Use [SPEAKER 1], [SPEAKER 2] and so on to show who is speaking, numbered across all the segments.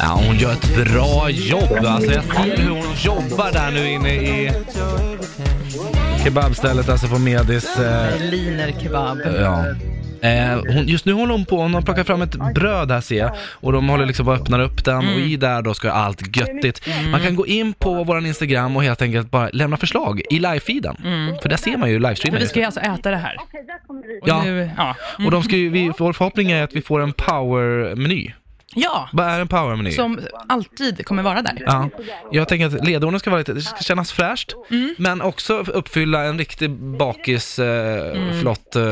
[SPEAKER 1] Ja, hon gör ett bra jobb. Alltså jag ser hur hon jobbar där nu inne i kebabstället, alltså på Medis. Eh,
[SPEAKER 2] Linerkebab.
[SPEAKER 1] ja. Eh, hon, just nu håller hon på, hon har plockat fram ett bröd här ser jag. Och de håller liksom bara öppnar upp den och
[SPEAKER 2] Mm.
[SPEAKER 1] i där då ska allt göttigt. Man kan gå in på våran Instagram och helt enkelt bara lämna förslag i live-feeden. För där ser man ju
[SPEAKER 2] Mm. Men vi
[SPEAKER 1] livestreamingen.
[SPEAKER 2] ska ju alltså äta det här.
[SPEAKER 3] Okej, där kommer vi.
[SPEAKER 2] Och
[SPEAKER 1] Ja.
[SPEAKER 2] Nu, Mm. ja.
[SPEAKER 1] Och de ska ju, vi, vår förhoppning är att vi får en power-meny.
[SPEAKER 2] ja,
[SPEAKER 1] Vad är en power-meny?
[SPEAKER 2] som alltid kommer vara där.
[SPEAKER 1] Ja, jag tänker att ledorden ska vara lite, det ska kännas fräscht,
[SPEAKER 2] Mm.
[SPEAKER 1] men också uppfylla en riktig bakis, eh, flott eh,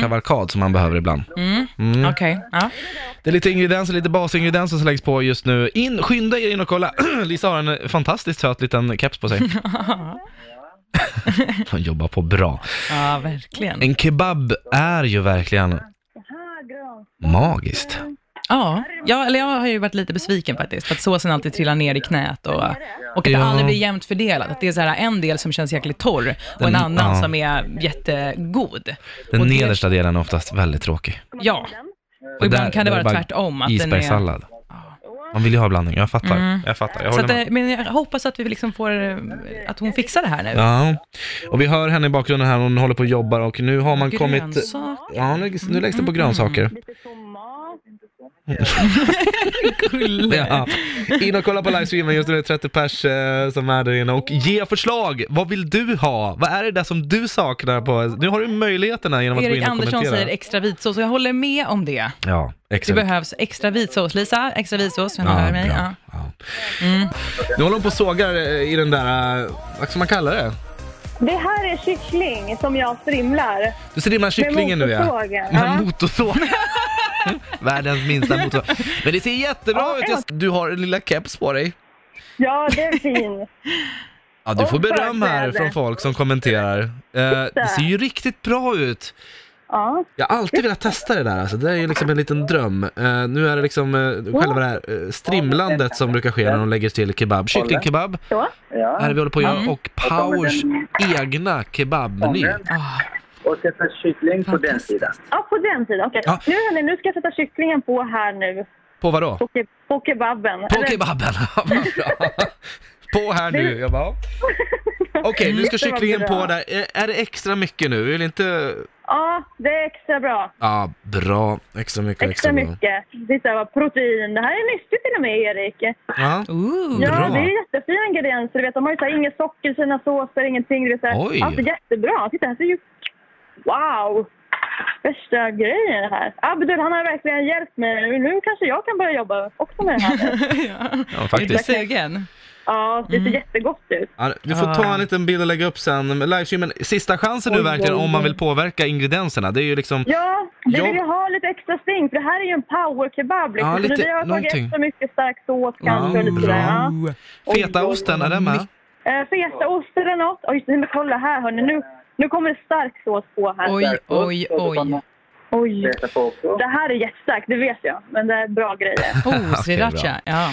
[SPEAKER 1] kavalkad som man behöver ibland.
[SPEAKER 2] Mm. Okej, Mm. ja.
[SPEAKER 1] Det är lite ingredienser, lite basingredienser som läggs på just nu. In, skynda er in och kolla! Lisa har en fantastiskt söt liten keps på sig. Hon jobbar på bra.
[SPEAKER 2] ja, verkligen.
[SPEAKER 1] En kebab är ju verkligen
[SPEAKER 3] Jaha, grön.
[SPEAKER 1] magiskt.
[SPEAKER 2] Ja, jag, eller jag har ju varit lite besviken faktiskt, för att såsen alltid trillar ner i knät och, och att det
[SPEAKER 1] Ja.
[SPEAKER 2] aldrig blir jämnt fördelat. Att det är så här, en del som känns jäkligt torr och
[SPEAKER 1] Den-
[SPEAKER 2] en annan
[SPEAKER 1] ja.
[SPEAKER 2] som är jättegod.
[SPEAKER 1] Den
[SPEAKER 2] Och det-
[SPEAKER 1] nedersta delen är oftast väldigt tråkig.
[SPEAKER 2] Ja, och
[SPEAKER 1] Och där-
[SPEAKER 2] ibland kan det
[SPEAKER 1] där är
[SPEAKER 2] vara
[SPEAKER 1] bara
[SPEAKER 2] tvärtom. Att den är, Mm.
[SPEAKER 1] Isbergssallad. Man vill ju ha blandning, jag fattar. Jag fattar, jag
[SPEAKER 2] så
[SPEAKER 1] håller
[SPEAKER 2] att,
[SPEAKER 1] med.
[SPEAKER 2] eh, men jag hoppas att vi liksom får, eh, att hon fixar det här nu.
[SPEAKER 1] Ja, och vi hör henne i bakgrunden här, hon håller på och jobbar och nu har man kommit...
[SPEAKER 2] Grönsak,
[SPEAKER 1] Ja, nu, nu läggs det
[SPEAKER 2] Mm.
[SPEAKER 1] på grönsaker.
[SPEAKER 3] Lite tomat.
[SPEAKER 2] gulle.
[SPEAKER 1] Ja. In och kolla på livestreamen, just nu är det 30 pers eh, som är där inne och ge förslag! Vad vill du ha? Vad är det där som du saknar på? Nu har du möjligheterna genom att gå in
[SPEAKER 2] Erik
[SPEAKER 1] och
[SPEAKER 2] Andersson
[SPEAKER 1] kommentera.
[SPEAKER 2] säger extra vitsås och jag håller med om det.
[SPEAKER 1] Ja,
[SPEAKER 2] Det
[SPEAKER 1] exakt.
[SPEAKER 2] behövs extra vitsås. Lisa, extra vitsås. Kan du
[SPEAKER 1] Ja,
[SPEAKER 2] höra mig?
[SPEAKER 1] bra.
[SPEAKER 2] Ja. Mm.
[SPEAKER 1] Ja. Nu håller hon på och sågar eh, i den där, eh, vad ska man kalla det?
[SPEAKER 3] Det här är kyckling som jag strimlar.
[SPEAKER 1] Du ser dimma kycklingen nu ja.
[SPEAKER 3] motorsågen,
[SPEAKER 1] Med
[SPEAKER 3] ja.
[SPEAKER 1] motorsåg. Världens minsta motorsåg. Men det ser jättebra
[SPEAKER 3] Ja,
[SPEAKER 1] ut. Jag- Du har en lilla keps på dig.
[SPEAKER 3] Ja, det är fin.
[SPEAKER 1] Ja, du
[SPEAKER 3] Och
[SPEAKER 1] får beröm här
[SPEAKER 3] förkläde.
[SPEAKER 1] från folk som kommenterar. Eh, det ser ju riktigt bra ut.
[SPEAKER 3] Ja.
[SPEAKER 1] Jag har alltid velat testa det där. Alltså, det där är ju liksom en liten dröm. Eh, nu är det liksom eh, själva det här eh, strimlandet som brukar ske när de lägger till kebab. Kycklingkebab
[SPEAKER 3] Så.
[SPEAKER 1] är det vi håller på att göra
[SPEAKER 2] Mm.
[SPEAKER 1] och Powers egna kebabmeny.
[SPEAKER 2] Ah,
[SPEAKER 4] och sätta kyckling på den sidan.
[SPEAKER 3] Ja, på den sidan. Okej.
[SPEAKER 1] Ja.
[SPEAKER 3] Nu, hörni, nu ska jag sätta kycklingen på här nu.
[SPEAKER 1] På vad då?
[SPEAKER 3] På, ke- på kebaben.
[SPEAKER 1] På
[SPEAKER 3] Eller-
[SPEAKER 1] kebaben! Ja, vad bra. på här nu! Jag bara, ja. Okej, nu ska
[SPEAKER 3] Det var
[SPEAKER 1] kycklingen
[SPEAKER 3] bra.
[SPEAKER 1] på där. Eh, Är det extra mycket nu? Vi vill inte...
[SPEAKER 3] Ja, det är extra bra.
[SPEAKER 1] Ja, bra. Extra mycket och
[SPEAKER 3] Extra
[SPEAKER 1] extra, bra.
[SPEAKER 3] mycket. Titta vad protein. Det här är nyttigt till och med, Erik.
[SPEAKER 1] Ja.
[SPEAKER 2] ooh.
[SPEAKER 3] Ja,
[SPEAKER 1] Bra.
[SPEAKER 3] det är jättefina ingredienser. Du vet, de har ju så här, inget socker i sina såser, ingenting. Du vet, så
[SPEAKER 1] Oj.
[SPEAKER 3] här. Alltså jättebra. Titta, här ser ju... Wow! Värsta grejen det här. Abdul, han har verkligen hjälpt mig. Nu- Nu kanske jag kan börja jobba också med det här.
[SPEAKER 2] ja.
[SPEAKER 1] ja,
[SPEAKER 2] Är du
[SPEAKER 1] faktiskt.
[SPEAKER 2] sugen?
[SPEAKER 3] ja, det ser
[SPEAKER 1] Mm.
[SPEAKER 3] jättegott ut.
[SPEAKER 1] Ja, vi får ta en liten bild och lägga upp sen. Men Livestreamen, sista chansen nu verkligen om man vill påverka ingredienserna. Det är ju liksom...
[SPEAKER 3] Ja, vi
[SPEAKER 1] Ja.
[SPEAKER 3] vill ju ha lite extra sting, för det här är ju en powerkebab. Liksom.
[SPEAKER 1] Ja, lite-
[SPEAKER 3] Så vi har tagit
[SPEAKER 1] någonting.
[SPEAKER 3] extra mycket stark sås kanske. och lite
[SPEAKER 1] bra.
[SPEAKER 3] sådär, ja.
[SPEAKER 1] Fetaosten, är den med?
[SPEAKER 3] Eh, Fetaost eller något. Oj, just det, men kolla här hörni. Nu, nu kommer det stark sås på här.
[SPEAKER 2] Oj, oj, oj.
[SPEAKER 3] Oj.
[SPEAKER 4] Sätta på också.
[SPEAKER 3] Det här är jättestarkt, det vet jag. Men det är bra grejer.
[SPEAKER 2] Oh,
[SPEAKER 1] Okej, bra.
[SPEAKER 2] sriracha. Ja.